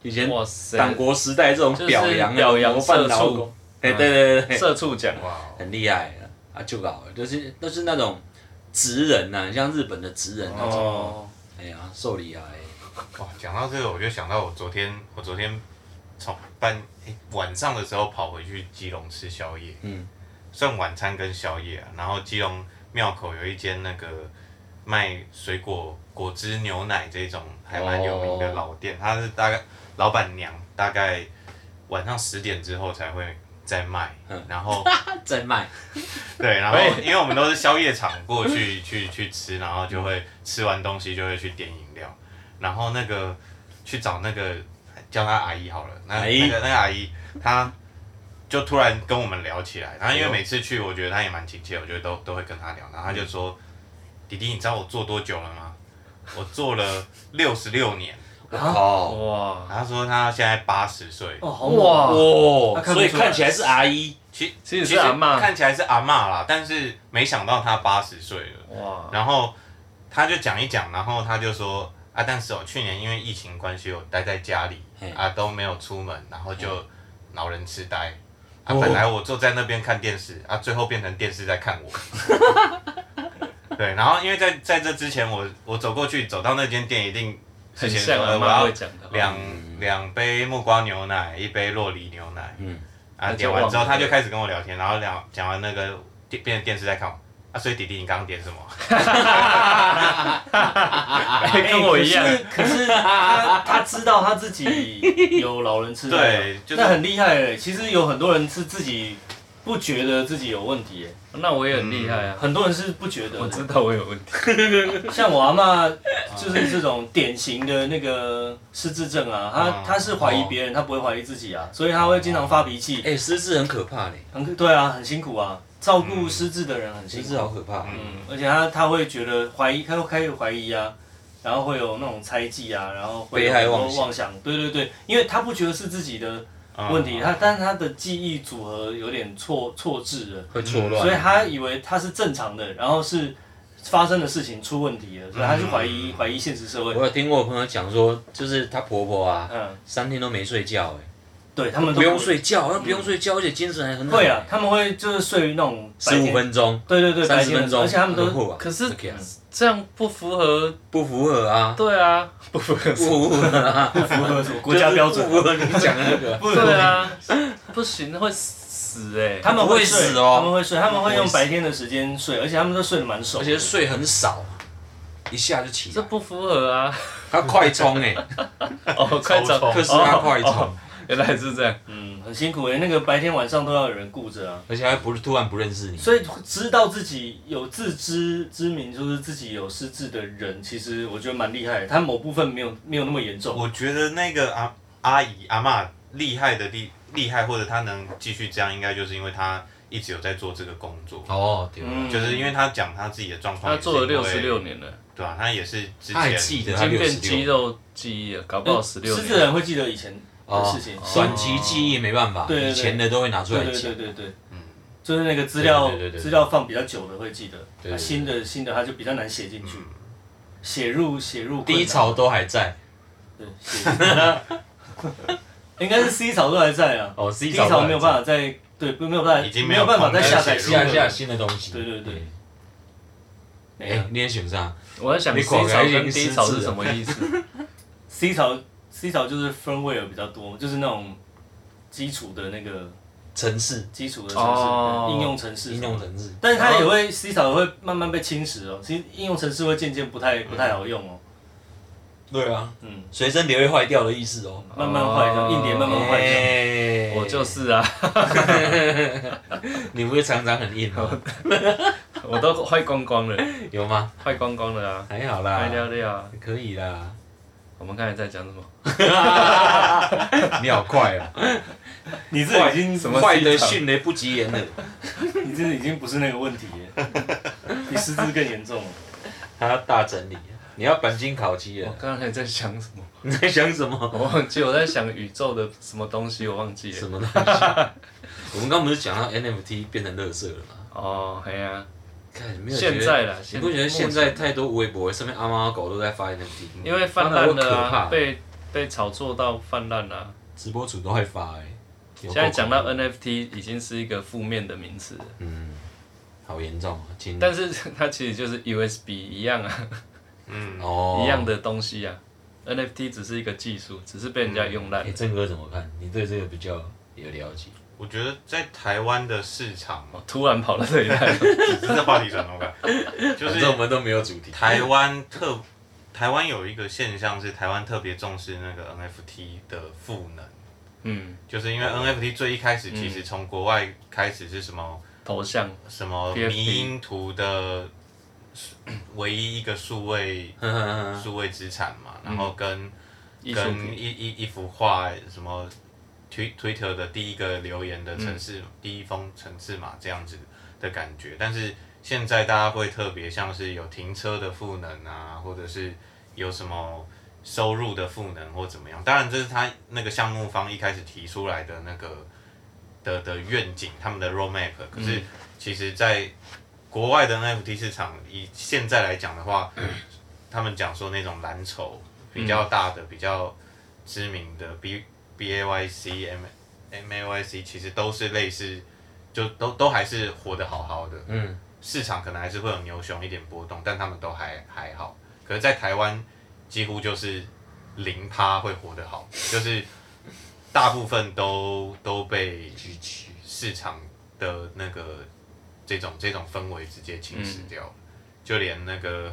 [SPEAKER 3] 以前
[SPEAKER 1] 哇塞，
[SPEAKER 3] 党国时代这种表扬
[SPEAKER 1] 就是
[SPEAKER 3] 的
[SPEAKER 1] 表扬
[SPEAKER 3] 模范劳
[SPEAKER 1] 社
[SPEAKER 3] 工
[SPEAKER 1] 畜，啊
[SPEAKER 3] 哎，对对对对，
[SPEAKER 1] 社畜奖
[SPEAKER 5] 哇哦，
[SPEAKER 3] 很厉害啊，就搞了，就是都是那种职人呐、像日本的职人那种，
[SPEAKER 1] 哦，
[SPEAKER 3] 哎呀，受理啊，
[SPEAKER 5] 哇，哦讲到这个，我就想到我昨天，我昨天从半、诶晚上的时候跑回去基隆吃宵夜，
[SPEAKER 3] 嗯，
[SPEAKER 5] 算晚餐跟宵夜啊。然后基隆庙口有一间那个卖水果、果汁、牛奶这种还蛮有名
[SPEAKER 3] 哦
[SPEAKER 5] 的老店，它是大概老板娘大概晚上十点之后才会在卖，
[SPEAKER 3] 嗯
[SPEAKER 5] 然后。
[SPEAKER 3] 哎在
[SPEAKER 1] 啊
[SPEAKER 3] 卖，
[SPEAKER 5] 对，然后因为我们都是宵夜场过去去去吃，然后就会吃完东西就会去点饮料，然后那个去找那个叫她阿姨好了，那
[SPEAKER 3] 阿姨
[SPEAKER 5] 那个那个阿姨她就突然跟我们聊起来，然后因为每次去我觉得她也蛮亲切，我觉得都都会跟她聊，然后她就说：“弟弟，你知道我做多久了吗？我做了六十六年。”
[SPEAKER 3] 我靠，
[SPEAKER 1] 哇，
[SPEAKER 5] 然后她说她现在八十岁，
[SPEAKER 2] 哦，好
[SPEAKER 1] 哇
[SPEAKER 2] 哇，
[SPEAKER 3] 哇，
[SPEAKER 2] 看不出来
[SPEAKER 3] 哦所以看起来是阿姨，
[SPEAKER 5] 其
[SPEAKER 1] 其实
[SPEAKER 5] 其
[SPEAKER 1] 是
[SPEAKER 5] 实
[SPEAKER 1] 阿嬷
[SPEAKER 5] 看起来是阿嬷啦，但是没想到她八十岁了。
[SPEAKER 1] 哇，
[SPEAKER 5] 然后他就讲一讲，然后他就说啊，但是我去年因为疫情关系，我待在家里
[SPEAKER 3] 嘿
[SPEAKER 5] 啊，都没有出门，然后就老人痴呆。啊，
[SPEAKER 3] 哦
[SPEAKER 5] 本来我坐在那边看电视，啊，最后变成电视在看我。对，然后因为在在这之前我，我走过去走到那间店，一定
[SPEAKER 1] 很
[SPEAKER 5] 之前
[SPEAKER 1] 像
[SPEAKER 5] 说
[SPEAKER 1] 阿
[SPEAKER 5] 呃我
[SPEAKER 1] 妈
[SPEAKER 5] 要
[SPEAKER 1] 会讲的话。
[SPEAKER 5] 两两杯木瓜牛奶，一杯洛梨牛奶。
[SPEAKER 3] 嗯
[SPEAKER 5] 嗯，啊，
[SPEAKER 1] 那就
[SPEAKER 5] 点完之后
[SPEAKER 1] 忘了
[SPEAKER 5] 他就开始跟我聊天，然后聊讲完那个电变成电视在看我。啊，所以弟弟你刚刚点什么？
[SPEAKER 1] 哎
[SPEAKER 2] 哎
[SPEAKER 1] 跟我一样，
[SPEAKER 2] 可是他 他知道他自己有老人痴呆啊，
[SPEAKER 5] 对就是
[SPEAKER 2] 那很厉害诶。其实有很多人是自己不觉得自己有问题诶，
[SPEAKER 1] 那我也很厉害啊。
[SPEAKER 2] 很多人是不觉得
[SPEAKER 1] 我
[SPEAKER 2] 的。
[SPEAKER 1] 知道我有问题，
[SPEAKER 2] 像我阿妈就是这种典型的那个失智症啊，
[SPEAKER 5] 嗯
[SPEAKER 2] 她她是怀疑别人，她不会怀疑自己啊，所以她会经常发脾气，
[SPEAKER 3] 哎，失智很可怕嘞，
[SPEAKER 2] 很对啊，很辛苦啊，照顾失智的人很辛
[SPEAKER 3] 失
[SPEAKER 2] 苦，
[SPEAKER 3] 智好可怕。
[SPEAKER 2] 嗯，而且她她会觉得怀疑，她会开始怀疑啊，然后会有那种猜忌啊，然后会有
[SPEAKER 3] 被害
[SPEAKER 2] 很多
[SPEAKER 3] 妄想
[SPEAKER 2] 妄想，对对对，因为她不觉得是自己的
[SPEAKER 5] 嗯
[SPEAKER 2] 问题，她但是她的记忆组合有点错错置了。
[SPEAKER 3] 会错乱，
[SPEAKER 2] 所以他以为他是正常的，然后是发生的事情出问题了，所以他就怀疑怀疑现实社会。
[SPEAKER 3] 我有听过我朋友讲说，就是她婆婆啊，
[SPEAKER 2] 嗯，
[SPEAKER 3] 三天都没睡觉，
[SPEAKER 2] 对他
[SPEAKER 3] 哎，
[SPEAKER 2] 们都嗯
[SPEAKER 3] 不用，睡觉，她不用睡觉，而且精神还很好。
[SPEAKER 2] 会啊，他们会就是睡于那种白
[SPEAKER 3] 十
[SPEAKER 2] 天
[SPEAKER 3] 五，分钟，
[SPEAKER 2] 对对对，
[SPEAKER 3] 三
[SPEAKER 2] 白
[SPEAKER 3] 十
[SPEAKER 2] 天
[SPEAKER 3] 分钟，
[SPEAKER 2] 而且他们 都
[SPEAKER 3] 都
[SPEAKER 1] 可是这样不符合。
[SPEAKER 3] 不符合啊，
[SPEAKER 1] 对啊，不符合。
[SPEAKER 3] 不符 合啊，
[SPEAKER 2] 不符合什么国家标
[SPEAKER 3] 不
[SPEAKER 2] 准，
[SPEAKER 3] 符合你讲的那个。
[SPEAKER 1] 对啊，不行会死哎、
[SPEAKER 2] 他们会
[SPEAKER 3] 不会
[SPEAKER 2] 睡
[SPEAKER 3] 死哦
[SPEAKER 2] 他们会睡，他们会
[SPEAKER 3] 不会
[SPEAKER 2] 用
[SPEAKER 3] 死
[SPEAKER 2] 白天的时间睡，而且他们都睡得蛮熟
[SPEAKER 3] 而
[SPEAKER 2] 的，
[SPEAKER 3] 且睡很少，一下就起
[SPEAKER 1] 这
[SPEAKER 3] 来，
[SPEAKER 1] 不符合啊。
[SPEAKER 3] 他快冲哎，
[SPEAKER 1] 哦，快走！
[SPEAKER 5] 冲
[SPEAKER 3] 可是他快
[SPEAKER 1] 哦
[SPEAKER 3] 冲，
[SPEAKER 1] 原来是这样。
[SPEAKER 2] 嗯，很辛苦诶、那个白天晚上都要有人顾着啊。
[SPEAKER 3] 而且还不突然不认识你，
[SPEAKER 2] 所以知道自己有自知之明，就是自己有失智的人，其实我觉得蛮厉害的。他某部分没有没有那么严重。
[SPEAKER 5] 我觉得那个阿阿姨阿嬷厉害的厉厉害，或者她能继续这样，应该就是因为她一直有在做这个工作。
[SPEAKER 3] 哦，对
[SPEAKER 2] 嗯
[SPEAKER 5] 就是因为她讲她自己的状况，
[SPEAKER 1] 他做了六十六，年了，
[SPEAKER 5] 对啊，她也是之
[SPEAKER 3] 他还
[SPEAKER 5] 前
[SPEAKER 3] 记得欸
[SPEAKER 1] 已
[SPEAKER 3] 他
[SPEAKER 1] 经
[SPEAKER 3] 六
[SPEAKER 1] 变
[SPEAKER 3] 十
[SPEAKER 1] 肌
[SPEAKER 3] 六，
[SPEAKER 1] 肉记忆了，搞不好十六
[SPEAKER 2] 失
[SPEAKER 1] 年。
[SPEAKER 2] 智的人会记得以前的事情，
[SPEAKER 3] 短期记忆没办法，
[SPEAKER 2] 哦对对对
[SPEAKER 3] 以前的都会拿出
[SPEAKER 2] 对
[SPEAKER 3] 来
[SPEAKER 2] 对对，
[SPEAKER 3] 讲
[SPEAKER 2] 对对，
[SPEAKER 5] 嗯
[SPEAKER 2] 就是那个资料
[SPEAKER 3] 对对对对对
[SPEAKER 2] 资料放比较久的会记得，
[SPEAKER 3] 对对
[SPEAKER 2] 啊新的新的他就比较难写进去，写入写入困难
[SPEAKER 3] 低潮，都还在，
[SPEAKER 2] 对，写入 应该是 C 潮都还在啊，
[SPEAKER 3] 哦，C
[SPEAKER 2] ，D
[SPEAKER 3] 潮都还
[SPEAKER 2] 潮
[SPEAKER 3] 在
[SPEAKER 2] 没有办法再对，不没有办法，
[SPEAKER 5] 已经
[SPEAKER 2] 没
[SPEAKER 5] 没有
[SPEAKER 2] 办法再
[SPEAKER 5] 空间
[SPEAKER 2] 下载
[SPEAKER 5] 写
[SPEAKER 2] 新
[SPEAKER 5] 入
[SPEAKER 3] 下
[SPEAKER 5] 了
[SPEAKER 3] 下
[SPEAKER 2] 的，
[SPEAKER 3] 新的东西，
[SPEAKER 2] 对对对，
[SPEAKER 3] 哎，你也选上，
[SPEAKER 1] 我在想
[SPEAKER 3] 你
[SPEAKER 1] C
[SPEAKER 3] 果
[SPEAKER 1] 潮
[SPEAKER 3] 然已
[SPEAKER 1] 跟
[SPEAKER 3] 经
[SPEAKER 1] D
[SPEAKER 3] 失
[SPEAKER 1] 潮
[SPEAKER 3] 智
[SPEAKER 1] 是
[SPEAKER 3] 了
[SPEAKER 1] 什么 意思？
[SPEAKER 2] C 潮 C 潮就是 firmware 比较多，就是那种基础的那个
[SPEAKER 3] 城市
[SPEAKER 2] 基础的程式
[SPEAKER 1] 哦
[SPEAKER 2] 应用程式什么
[SPEAKER 3] 应
[SPEAKER 2] 的
[SPEAKER 3] 用城市，
[SPEAKER 2] 但是它也会 C 草也会慢慢被侵蚀哦。其实应用程式会渐渐不太不太好用哦，
[SPEAKER 3] 对啊，
[SPEAKER 2] 嗯，
[SPEAKER 3] 随身碟会坏掉的意思哦，
[SPEAKER 2] 慢慢坏掉，
[SPEAKER 1] 哦
[SPEAKER 2] 硬碟
[SPEAKER 3] 嗯
[SPEAKER 2] 慢慢坏掉。
[SPEAKER 3] 哎
[SPEAKER 1] 我就是啊，
[SPEAKER 3] 你不是常常很硬吗？
[SPEAKER 1] 我都坏光光了，
[SPEAKER 3] 有吗？
[SPEAKER 1] 坏光光了啊，
[SPEAKER 3] 还好
[SPEAKER 1] 坏掉
[SPEAKER 3] 啦，
[SPEAKER 1] 掉啊。
[SPEAKER 3] 可以啦。
[SPEAKER 1] 我们刚才在讲什么？
[SPEAKER 3] 你好快 啊！
[SPEAKER 2] 你这已经
[SPEAKER 1] 什么
[SPEAKER 3] 坏
[SPEAKER 1] 市
[SPEAKER 3] 的
[SPEAKER 1] 场
[SPEAKER 3] 迅雷不及掩耳
[SPEAKER 2] 你这已经不是那个问题 耶，比失智更严重哦了。
[SPEAKER 3] 他要大整理，你要钣金烤漆
[SPEAKER 1] 我
[SPEAKER 3] 了。
[SPEAKER 1] 刚才在想什么？
[SPEAKER 3] 你在想什 么？
[SPEAKER 1] 我忘记我在想宇宙的什么东西，我忘记
[SPEAKER 3] 什
[SPEAKER 1] 了。
[SPEAKER 3] 么东西？我们刚刚不是讲到 NFT 变成垃圾了吗？
[SPEAKER 1] 哦，嘿呀、
[SPEAKER 3] 看，没有觉得
[SPEAKER 1] 现在啦，
[SPEAKER 3] 你不觉得现在太多微博上面阿猫阿狗都在发 NFT，
[SPEAKER 1] 目前因为泛滥
[SPEAKER 3] 当然会
[SPEAKER 1] 了
[SPEAKER 3] 可怕
[SPEAKER 1] 啊，被被炒作到泛滥了、啊。
[SPEAKER 3] 直播主都会发哎、有够
[SPEAKER 1] 现在讲到
[SPEAKER 3] 恐怖
[SPEAKER 1] NFT 已经是一个负面的名词了，
[SPEAKER 3] 嗯，好严重啊！今
[SPEAKER 1] 但是 它其实就是 USB 一样啊，
[SPEAKER 5] 嗯，
[SPEAKER 3] 哦
[SPEAKER 1] 一样。的东西啊。NFT 只是一个技术，只是被人家用烂
[SPEAKER 3] 哎、。郑哥怎么看？你对这个比较有了解？
[SPEAKER 5] 我觉得在台湾的市场，
[SPEAKER 1] 哦突然跑到这里来，
[SPEAKER 5] 这话题转头吧，就
[SPEAKER 3] 反
[SPEAKER 5] 是
[SPEAKER 3] 正我们都没有主题。
[SPEAKER 5] 台湾特，台湾有一个现象是台湾特别重视那个 NFT 的赋能，
[SPEAKER 1] 嗯，
[SPEAKER 5] 就是因为 NFT 最一开始其实从国外开始是什么
[SPEAKER 1] 头像
[SPEAKER 5] 什么
[SPEAKER 1] PFP
[SPEAKER 5] 迷因图的唯一一个数位
[SPEAKER 3] 呵呵呵
[SPEAKER 5] 数位资产嘛，然后跟
[SPEAKER 1] 嗯艺术
[SPEAKER 5] 跟
[SPEAKER 1] 品，
[SPEAKER 5] 一一一幅画什么推 Twitter 的第一个留言的城
[SPEAKER 1] 嗯
[SPEAKER 5] 市、第一封城市码这样子的感觉，但是现在大家会特别像是有停车的赋能啊，或者是有什么收入的赋能或怎么样，当然这是他那个项目方一开始提出来的那个的的愿景，他们的 roadmap，可是其实在国外的 NFT 市场，以现在来讲的话， 他们讲说那种蓝筹比较大的、比较知名的 B B A Y C M M A Y C，其实都是类似，就都都还是活得好好的。
[SPEAKER 3] 嗯，
[SPEAKER 5] 市场可能还是会有牛熊一点波动，但他们都还还好。可是，在台湾几乎就是零趴会活得好，就是大部分都都被
[SPEAKER 3] 狙击，
[SPEAKER 5] 市场的那个这种这种氛围直接侵蚀掉了，就连那个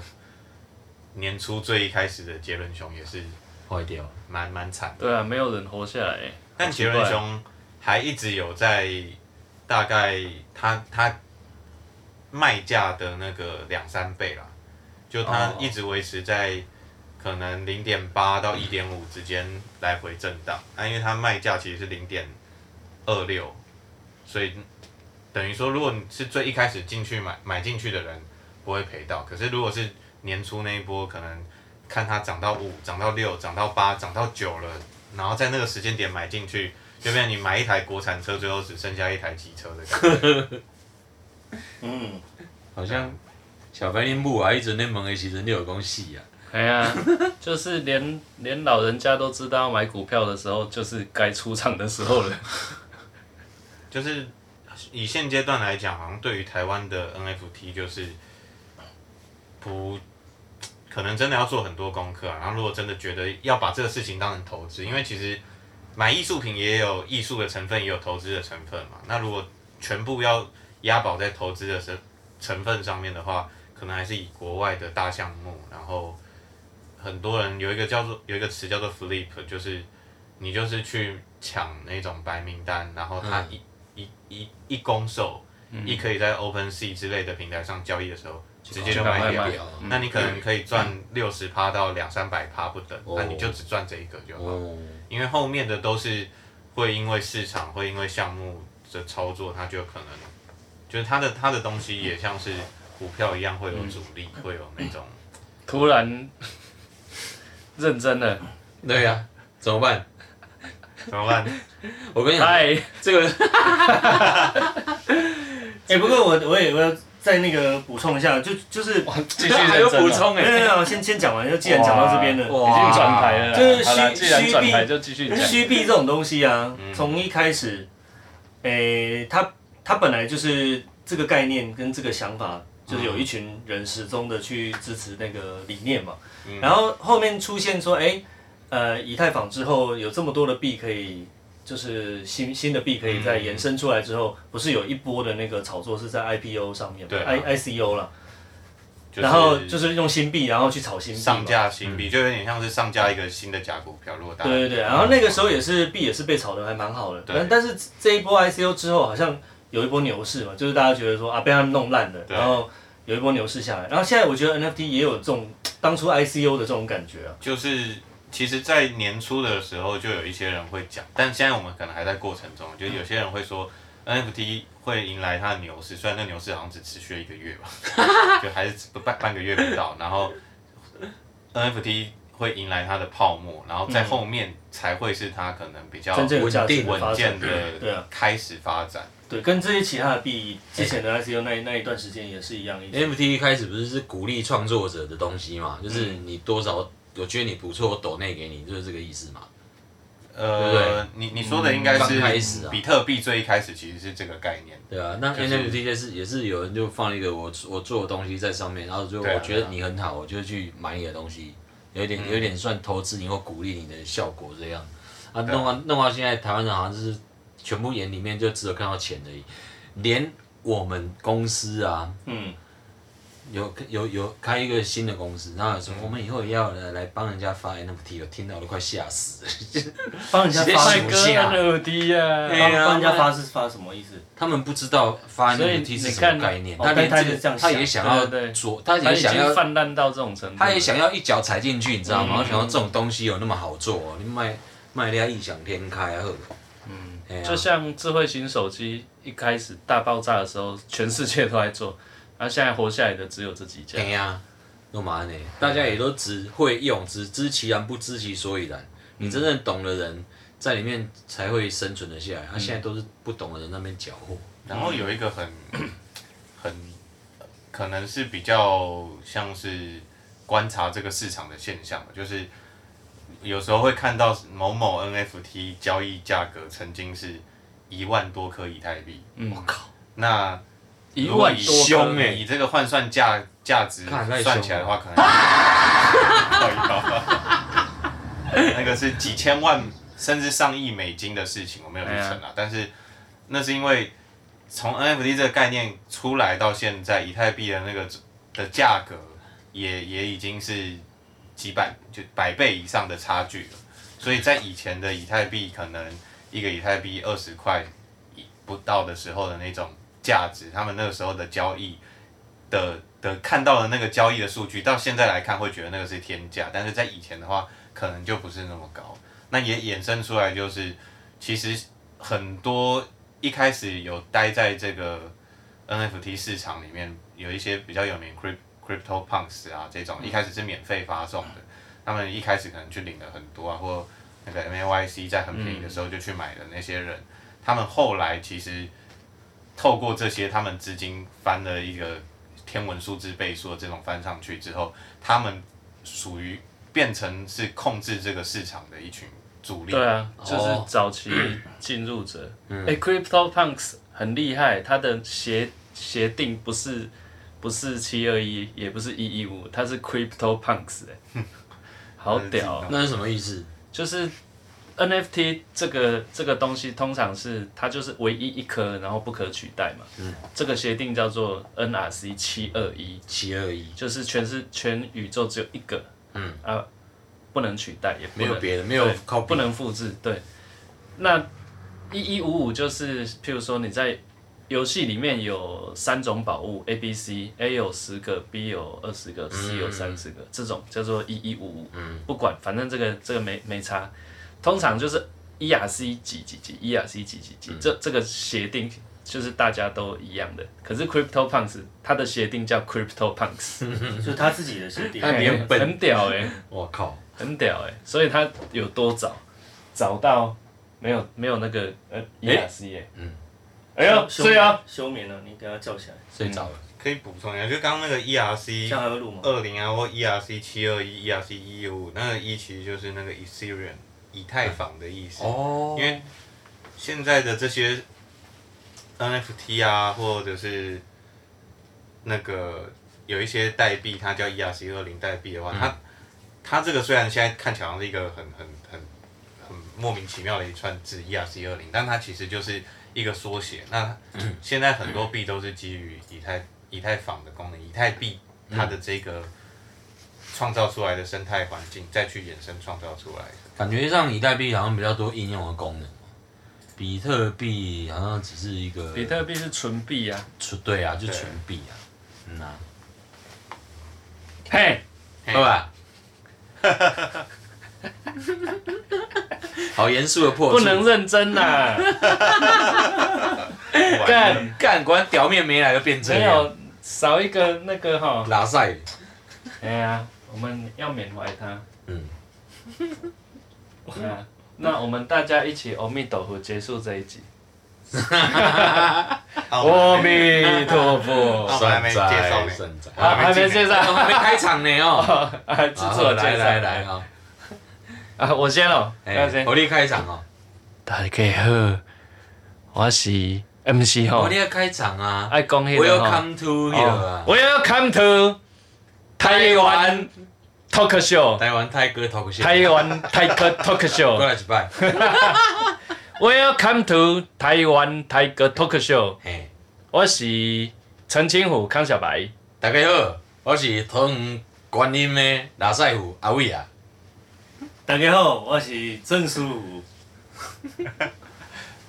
[SPEAKER 5] 年初最一开始的杰伦熊也是
[SPEAKER 3] 坏掉了。
[SPEAKER 5] 蛮蛮惨的，
[SPEAKER 1] 对啊，没有人活下来。
[SPEAKER 5] 但杰伦
[SPEAKER 1] 啊
[SPEAKER 5] 熊还一直有在大概他他卖价的那个两三倍啦，就他
[SPEAKER 3] 哦
[SPEAKER 5] 一直维持在可能零点八到一点五之间来回震荡，那、因为它卖价其实是零点二六，所以等于说如果你是最一开始进去买买进去的人不会赔到，可是如果是年初那一波可能。看它涨到五、涨到六、涨到八、涨到九了，然后在那个时间点买进去，就变成你买一台国产车，最后只剩下一台机车的感觉。
[SPEAKER 2] 嗯，
[SPEAKER 3] 好像小白恁母啊，迄阵恁问的时阵，你有讲死啊？
[SPEAKER 1] 哎呀， 就是连连老人家都知道要买股票的时候，就是该出场的时候了。
[SPEAKER 5] 就是以现阶段来讲，好像对于台湾的 NFT 就是不可能真的要做很多功课、啊。然后如果真的觉得要把这个事情当成投资，因为其实买艺术品也有艺术的成分，也有投资的成分嘛。那如果全部要押宝在投资的成成分上面的话，可能还是以国外的大项目。然后很多人有一个叫做有一个词叫做 flip，就是你就是去抢那种白名单，然后它
[SPEAKER 3] 嗯
[SPEAKER 5] 一、一一一攻售，一可以在 Open Sea 之类的平台上交易的时候，直嗯接就
[SPEAKER 1] 赶
[SPEAKER 5] 卖
[SPEAKER 1] 快
[SPEAKER 5] 掉
[SPEAKER 1] 卖。
[SPEAKER 2] 嗯
[SPEAKER 5] 那你可能可以赚六十趴到两三百趴不等，
[SPEAKER 3] 哦
[SPEAKER 5] 那你就只赚这一个就好，
[SPEAKER 3] 哦，
[SPEAKER 5] 因为后面的都是会因为市场，会因为项目的操作，它就可能就是它的它的东西也像是股票一样会有主力，
[SPEAKER 2] 嗯
[SPEAKER 5] 会有那种
[SPEAKER 1] 突然 认真了，
[SPEAKER 3] 对呀、啊，怎么办？
[SPEAKER 5] 怎么 办？
[SPEAKER 3] 我跟你讲，
[SPEAKER 1] 嗨，
[SPEAKER 3] 哎这个
[SPEAKER 2] 哎、不过我我也我要再那个补充一下，就就是
[SPEAKER 1] 继续认真了。
[SPEAKER 2] 没有没有没有，先先讲完，就既然讲到这边了，
[SPEAKER 1] 已经转台了啦，
[SPEAKER 2] 就是虚
[SPEAKER 1] 好啦既然
[SPEAKER 2] 虚
[SPEAKER 1] 转
[SPEAKER 2] 币
[SPEAKER 1] 台就继续讲。
[SPEAKER 2] 虚币这种东西啊
[SPEAKER 5] 嗯，
[SPEAKER 2] 从一开始，诶、它它本来就是这个概念跟这个想法，就是有一群人始终的去支持那个理念嘛。
[SPEAKER 5] 嗯
[SPEAKER 2] 然后后面出现说，诶，呃，以太坊之后有这么多的币可以，就是新新的币可以再延伸出来之后，不是有一波的那个炒作是在 IPO 上面嘛
[SPEAKER 5] 对啊
[SPEAKER 2] ，I ICO 啦，
[SPEAKER 5] 就是
[SPEAKER 2] 然后就是用新币，然后去炒新币嘛
[SPEAKER 5] 上架新币，就有点像是上架一个新的假股票，如果大家
[SPEAKER 2] 对对对，然后那个时候也是币也是被炒得还蛮好的，
[SPEAKER 5] 对
[SPEAKER 2] 但但是这一波 ICO 之后，好像有一波牛市嘛，就是大家觉得说啊被他们弄烂了，
[SPEAKER 5] 对
[SPEAKER 2] 然后有一波牛市下来，然后现在我觉得 NFT 也有这种当初 ICO 的这种感觉啊，
[SPEAKER 5] 就是其实，在年初的时候就有一些人会讲，但现在我们可能还在过程中，就有些人会说 NFT 会迎来它的牛市，虽然那牛市好像只持续了一个月吧， 就还是半半个月不到，然后 NFT 会迎来它的泡沫，然后在后面才会是它可能比较
[SPEAKER 2] 真正有价值的发
[SPEAKER 5] 稳
[SPEAKER 2] 展
[SPEAKER 5] 健，的
[SPEAKER 2] 对啊
[SPEAKER 5] 开始发展。
[SPEAKER 2] 对，跟这些其他的币之前的 ICO 那一那一段时间也是一样意思。
[SPEAKER 3] NFT 一开始不是是鼓励创作者的东西嘛？就是你多少，我觉得你不错，我抖内给你，就是这个意思嘛。对不对
[SPEAKER 5] 呃，你你说的应该
[SPEAKER 3] 刚开始
[SPEAKER 5] 是
[SPEAKER 3] 啊
[SPEAKER 5] 比特币最一开始其实是这个概念。
[SPEAKER 3] 对啊，那
[SPEAKER 5] 就是
[SPEAKER 3] NFT 就是也是有人就放了一个我我做的东西在上面，然后就
[SPEAKER 5] 对啊
[SPEAKER 3] 我觉得你很好，我就去买你的东西，有一点有一点算投资你或鼓励你的效果这样。啊，
[SPEAKER 5] 对啊
[SPEAKER 3] 弄完弄到现在，台湾人好像就是全部眼里面就只有看到钱而已，连我们公司啊，
[SPEAKER 2] 嗯，
[SPEAKER 3] 有有有开一个新的公司，然后有说我们以后也要来来帮人家发 NFT，我听到都快吓死了。
[SPEAKER 2] 帮人家
[SPEAKER 3] 直接
[SPEAKER 2] 发
[SPEAKER 1] 帅
[SPEAKER 3] 洗
[SPEAKER 1] 哥的耳滴呀，
[SPEAKER 3] 哎
[SPEAKER 2] 帮
[SPEAKER 3] 呀
[SPEAKER 2] 帮人家发是发什么意思？
[SPEAKER 5] 嗯
[SPEAKER 3] 他们不知道发
[SPEAKER 1] 所以
[SPEAKER 3] NFT 是
[SPEAKER 1] 你
[SPEAKER 3] 什
[SPEAKER 1] 看
[SPEAKER 3] 么概念，
[SPEAKER 2] 哦
[SPEAKER 3] 他连
[SPEAKER 2] 但他
[SPEAKER 3] 这
[SPEAKER 2] 就这
[SPEAKER 3] 个
[SPEAKER 2] 样
[SPEAKER 3] 他
[SPEAKER 2] 想
[SPEAKER 3] 也想要
[SPEAKER 1] 对对
[SPEAKER 3] 做，他
[SPEAKER 1] 哎他
[SPEAKER 3] 也
[SPEAKER 1] 已
[SPEAKER 3] 想要
[SPEAKER 1] 经泛滥到这种程度了，
[SPEAKER 3] 他也想要一脚踩进去，你知道吗？
[SPEAKER 2] 嗯
[SPEAKER 3] 我想到这种东西有那么好做、哦，你卖卖的异想天开啊，呵，
[SPEAKER 1] 嗯
[SPEAKER 3] 哎呀
[SPEAKER 1] 就像智慧型手机一开始大爆炸的时候，全世界都在做，然后现在活下来的只有这几家
[SPEAKER 3] 哎。呀，干嘛呢？大家也都只会用，只知其然不知其所以然。
[SPEAKER 1] 嗯
[SPEAKER 3] 你真正懂的人在里面才会生存得下
[SPEAKER 1] 嗯
[SPEAKER 3] 来，他、现在都是不懂的人在那边搅和。
[SPEAKER 5] 然后有一 个很很可能是比较像是观察这个市场的现象，就是有时候会看到某某 NFT 交易价格曾经是一万多颗以太币，
[SPEAKER 1] 嗯，
[SPEAKER 5] 那
[SPEAKER 1] 一
[SPEAKER 5] 如果
[SPEAKER 1] 万
[SPEAKER 5] 以
[SPEAKER 1] 多
[SPEAKER 5] 凶
[SPEAKER 1] 颗欸
[SPEAKER 5] 哎，以这个换算价价值
[SPEAKER 3] 看太凶了
[SPEAKER 5] 算起来的话，可能那个是几千万甚至上亿美金的事情，我没有去
[SPEAKER 1] 哎
[SPEAKER 5] 成
[SPEAKER 1] 呀
[SPEAKER 5] 啊。但是那是因为从 NFT 这个概念出来到现在，以太币的那个的价格也也已经是几百就百倍以上的差距了。所以在以前的以太币，可能一个以太币二十块不到的时候的那种价值，他们那个时候的交易的的看到的那个交易的数据，到现在来看会觉得那个是天价，但是在以前的话，可能就不是那么高。那也衍生出来就是，其实很多一开始有待在这个 NFT 市场里面，有一些比较有名 Crypt Crypto Punks 啊这种，
[SPEAKER 1] 嗯
[SPEAKER 5] 一开始是免费发送的，他们一开始可能去领了很多啊，或那个 MAYC 在很便宜的时候就去买的那些人，他们后来其实透过这些，他们资金翻了一个天文数字倍数的这种翻上去之后，他们属于变成是控制这个市场的一群主力。
[SPEAKER 1] 对啊，
[SPEAKER 3] 哦嗯
[SPEAKER 1] 就是早 期进入者。哎、c r y p t o p u n k s 很厉害，它的协协定不是不是七二一，也不是一一五，它是 CryptoPunks 哎、 好屌哦、
[SPEAKER 3] 那是什么意思？
[SPEAKER 1] 就是 NFT 这个这个东西，通常是它就是唯一一颗，然后不可取代嘛。嗯。这个协定叫做 NRC 七二一，
[SPEAKER 3] 七二一，
[SPEAKER 1] 就是全是全宇宙只有一个。嗯啊，不能取代，也不
[SPEAKER 3] 没有
[SPEAKER 1] 能
[SPEAKER 3] 别的，没有
[SPEAKER 1] 对
[SPEAKER 3] 靠
[SPEAKER 1] 不能复制。对，那一一五五就是，譬如说你在游戏里面有三种宝物 A、B、C，A 有十个，B 有二十个，C 有三
[SPEAKER 3] 嗯
[SPEAKER 1] 十个，这种叫做一一五五。不管，反正这个这个没没差。通常就是 ERC 几几几，ERC 几几
[SPEAKER 3] 嗯
[SPEAKER 1] 几，这这个协定。就是大家都一样的，可是 Crypto Punks 它的协定叫 Crypto Punks，
[SPEAKER 5] 嗯
[SPEAKER 2] 就是他自己的鞋底。
[SPEAKER 3] 他连本
[SPEAKER 1] 很屌哎、
[SPEAKER 3] 我靠，
[SPEAKER 1] 很屌哎、所以他有多早，早到没有没有那个呃伊雅斯耶，嗯，哎呦，
[SPEAKER 2] 休
[SPEAKER 1] 对啊，，
[SPEAKER 2] 休眠了，你给他叫起来，
[SPEAKER 3] 睡着了。
[SPEAKER 5] 可以补充一下，就刚刚那个 ERC
[SPEAKER 2] 这样还会录吗？
[SPEAKER 5] 二零啊，或 ERC 七二一、ERC 一五，那个一其实就是那个 Ethereum 以太坊的意
[SPEAKER 1] 嗯
[SPEAKER 5] 思。
[SPEAKER 3] 哦
[SPEAKER 5] 因为现在的这些 NFT 啊，或者是那个有一些代币，它叫 ERC 二零代币的话，它它这个虽然现在看起来好像是一个很很很很莫名其妙的一串字 ERC 二零，但它其实就是一个缩写。那现在很多币都是基于以太以太坊的功能，以太币它的这个创造出来的生态环境，再去衍生创造出来的。
[SPEAKER 3] 感觉上以太币好像比较多应用的功能，比特币好像只是一个
[SPEAKER 1] 比特币是纯币啊，
[SPEAKER 3] 纯对啊，就
[SPEAKER 5] 对
[SPEAKER 3] 纯币啊，嗯啊，
[SPEAKER 1] 嘿，
[SPEAKER 5] 嘿
[SPEAKER 3] 好吧。好严肃的破
[SPEAKER 1] 不
[SPEAKER 3] 处，
[SPEAKER 1] 能认真呐，干
[SPEAKER 3] 干，果然表面没来就变这
[SPEAKER 1] 没
[SPEAKER 3] 样，
[SPEAKER 1] 有少一个那个哈，
[SPEAKER 3] 拉塞，
[SPEAKER 1] 哎呀，我们要缅怀他，
[SPEAKER 3] 嗯，
[SPEAKER 1] 对啊，那我们大家一起阿弥陀佛结束这一集，
[SPEAKER 5] 澳门
[SPEAKER 1] 哦阿弥陀 佛，
[SPEAKER 5] 澳门还没介绍呢
[SPEAKER 3] 善哉，
[SPEAKER 1] 啊，还没介绍，
[SPEAKER 3] 我没开场呢
[SPEAKER 1] 아,
[SPEAKER 3] 哦，
[SPEAKER 1] 啊，制
[SPEAKER 3] 好
[SPEAKER 1] 作
[SPEAKER 3] 来
[SPEAKER 1] 介绍
[SPEAKER 3] 来来啊，
[SPEAKER 1] 啊，我先了，
[SPEAKER 3] 哎
[SPEAKER 1] 要先，。
[SPEAKER 3] 我力开场哦，
[SPEAKER 1] 大家好，我是 MC
[SPEAKER 3] 我
[SPEAKER 1] 吼，
[SPEAKER 3] 力开场啊
[SPEAKER 1] 爱讲迄个吼
[SPEAKER 3] ，Welcome to you
[SPEAKER 1] 哦
[SPEAKER 3] 啊，
[SPEAKER 1] ，Welcome to 台湾 Talk Show，
[SPEAKER 3] 台湾泰哥 talk show，
[SPEAKER 1] 台湾泰哥
[SPEAKER 3] 过
[SPEAKER 1] Talk Show，Welcome
[SPEAKER 3] 来一摆，
[SPEAKER 1] to 台湾泰哥 Talk Show，
[SPEAKER 3] 嘿，
[SPEAKER 1] 我是陈清虎康小白，
[SPEAKER 3] 大家好，我是桃园观音的拉塞虎阿伟啊，
[SPEAKER 2] 大家好，我是郑叔。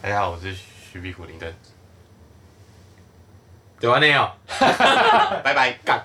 [SPEAKER 5] 大家好，我是徐碧虎林根，
[SPEAKER 3] 对安尼哦。
[SPEAKER 5] 拜拜，干。